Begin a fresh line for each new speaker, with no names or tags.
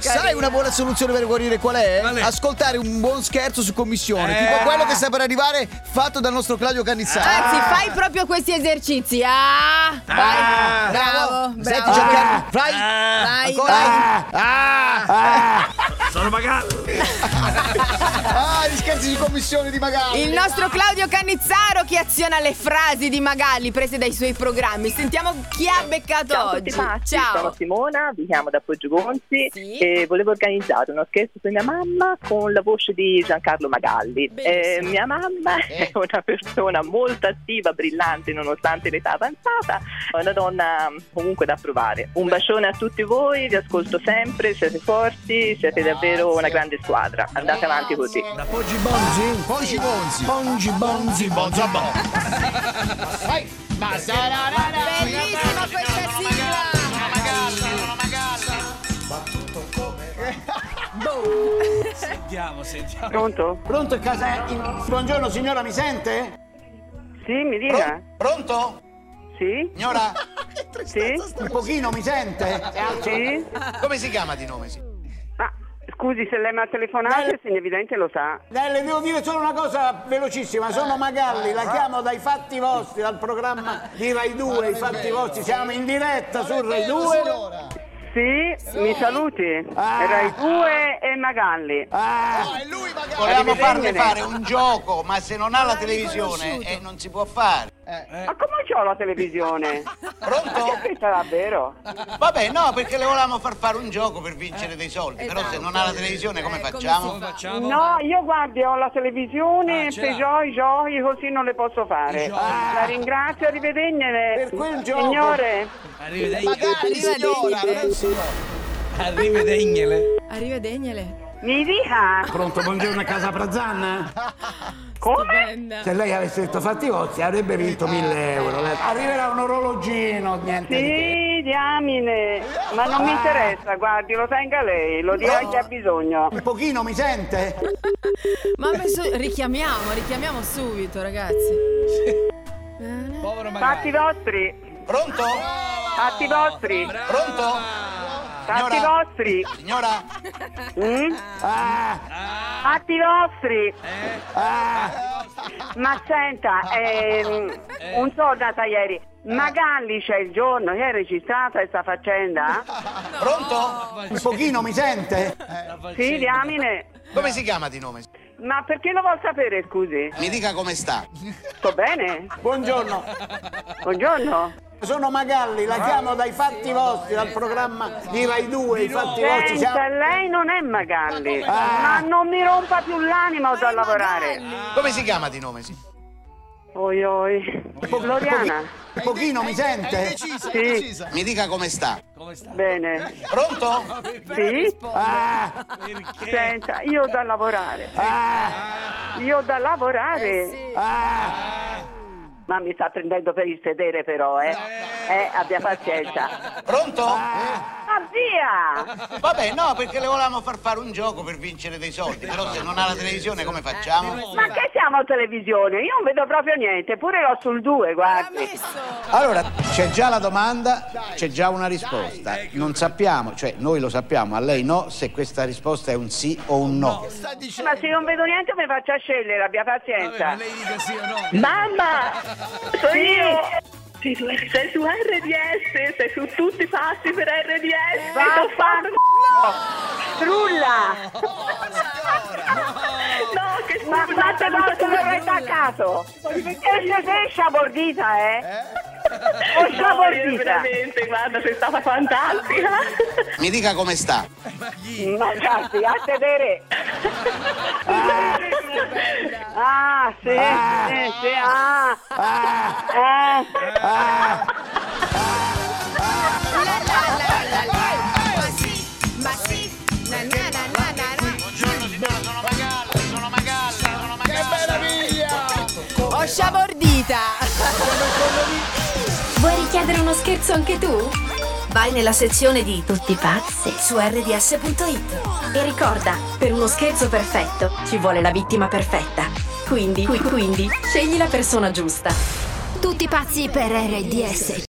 Sai una buona soluzione per guarire qual è?
Qual è?
Ascoltare un buon scherzo su commissione,
Eh.
tipo quello che sta per arrivare fatto dal nostro Claudio Cannizzaro.
Anzi, fai proprio questi esercizi. Ah! Vai. Bravo, bravo.
Senti Giancarlo, vai,
Ah,
Vai,
ancora.
vai.
Sono pagato.
Ah, gli scherzi di commissione di Magali.
Il nostro Claudio Cannizzaro che aziona le frasi di Magalli prese dai suoi programmi. Sentiamo chi ha beccato
Ciao a
oggi.
tutti pazzi, sono
Ciao.
Simona, vi chiamo da Poggio Gonzi
Sì.
e volevo organizzare uno scherzo su mia mamma con la voce di Giancarlo Magalli.
Benissimo. Eh.
Eh, mia mamma è una persona molto attiva, brillante nonostante l'età avanzata, è una donna mm, comunque da provare. Un bacione a tutti voi, vi ascolto sempre, siete forti, siete davvero una grande squadra. Andate avanti così.
Da Poggi Bonzi.
Ponci Ah, Bonzi.
Poggi Bonzi. Bonzo
Bellissima questa sigla.
Sentiamo, sentiamo.
Pronto?
Pronto casa? Buongiorno signora, mi sente?
Sì, mi dica.
Pronto?
Sì?
Signora,
Sì?
un pochino mi sente?
Sì?
Come si chiama di nome? sì?
Ah. Ma scusi se lei mi ha telefonato, se evidente lo sa.
Dai, eh, le devo dire solo una cosa velocissima, sono Magalli, la chiamo dai fatti vostri, dal programma di Rai 2, i fatti vostri, siamo in diretta su Rai 2.
Sì, mi saluti. Rai 2 e Magalli.
Ah,
Volevamo farle
Arrivederci.
fare un gioco, ma se non ha la televisione eh, non si può fare.
Ma come c'ho la televisione?
Pronto?
Questa davvero?
Vabbè, no, perché le volevamo far fare un gioco per vincere dei soldi, però se non ha la televisione
Eh,
come facciamo?
facciamo?
No, io guardi, ho la televisione,
Ah, ce l'ha.
per giochi, giochi, così non le posso fare. Ah. La ringrazio, arrivederci. eh,
Per quel gioco.
Signore,
Arrivederci.
Arrivederci.
Arrivederci.
Arrivederci.
mi
Ah,
dica.
Pronto, buongiorno a casa Prazzanna?
Come?
Stupenda.
Se lei avesse detto fatti vostri avrebbe vinto 1000 euro. Arriverà un orologino, niente di che.
Sì, diamine, ma non mi
Ah.
interessa, guardi, lo tenga lei, lo dia a chi ha bisogno.
Un pochino mi sente?
Ma messo... richiamiamo, richiamiamo subito, ragazzi.
Povero
Fatti vostri,
Pronto?
fatti vostri,
Pronto?
fatti vostri,
Signora?
mm?
Ah,
fatti vostri.
ah,
Ma senta, ehm,
Eh.
un so data ieri, Magalli c'è il giorno che è registrata questa faccenda?
Pronto?
un pochino mi sente?
Sì, diamine.
Come si chiama di nome?
Ma perché lo vuol sapere, scusi?
Mi dica come sta.
Sto bene?
Buongiorno,
Buongiorno.
sono Magalli, la chiamo dai fatti vostri, dal programma di Rai 2, i fatti vostri.
Senta,
Siamo...
lei non è Magalli,
Ah.
ma non mi rompa più l'anima ho da lavorare.
Come si chiama di nome?
Oi oi. Floriana.
Un pochino mi sente?
Sì,
Mi dica come sta.
Come sta?
bene.
Pronto?
Eh, Sì?
Ah,
Perché?
Senta, io ho da lavorare.
ah,
Io ho da lavorare.
ah.
Ma mi sta prendendo per il sedere però, eh. Eh, abbia pazienza.
Pronto?
Ma via!
Vabbè, no, perché le volevamo far fare un gioco per vincere dei soldi, però se non ha la televisione come facciamo?
Esatto.
Ma che siamo a televisione? Io non vedo proprio niente, pure l'ho sul 2,
Ha
Ah,
guardi.
messo.
Allora, c'è già la domanda, c'è già una risposta. Non sappiamo, cioè noi lo sappiamo, a lei no, se questa risposta è un sì o un no.
Ma se non vedo niente mi faccia scegliere, abbia pazienza.
Lei dica sì o no.
Mamma, sono
Sì.
io. Sei su RDS, sei su tutti i passi per RDS.
Vaffa-
T'ho fatto-
Trulla!
No, che
Ma
scusa,
quante
sono
volte
stata-
lo avete attaccato? E sei sciabordita, eh?
Eh?
O
No, io
sciabordita?
veramente, guarda, sei stata fantastica.
Mi dica come sta.
Ma cazzi, a sedere! Ah, sì, sì, sì, ah! Ah!
La la la la la. Ma sì, ma sì. Na na na na na na.
Buongiorno signora, sono Magalla, sono Magalla, sono Magalla.
Ho sciabordita.
Vuoi richiedere uno scherzo anche tu?
Vai nella sezione di
Tutti pazzi.
su rds.it.
E ricorda, per uno scherzo perfetto ci vuole la vittima perfetta. Quindi, qui- quindi, scegli la persona giusta.
Tutti pazzi per RDS.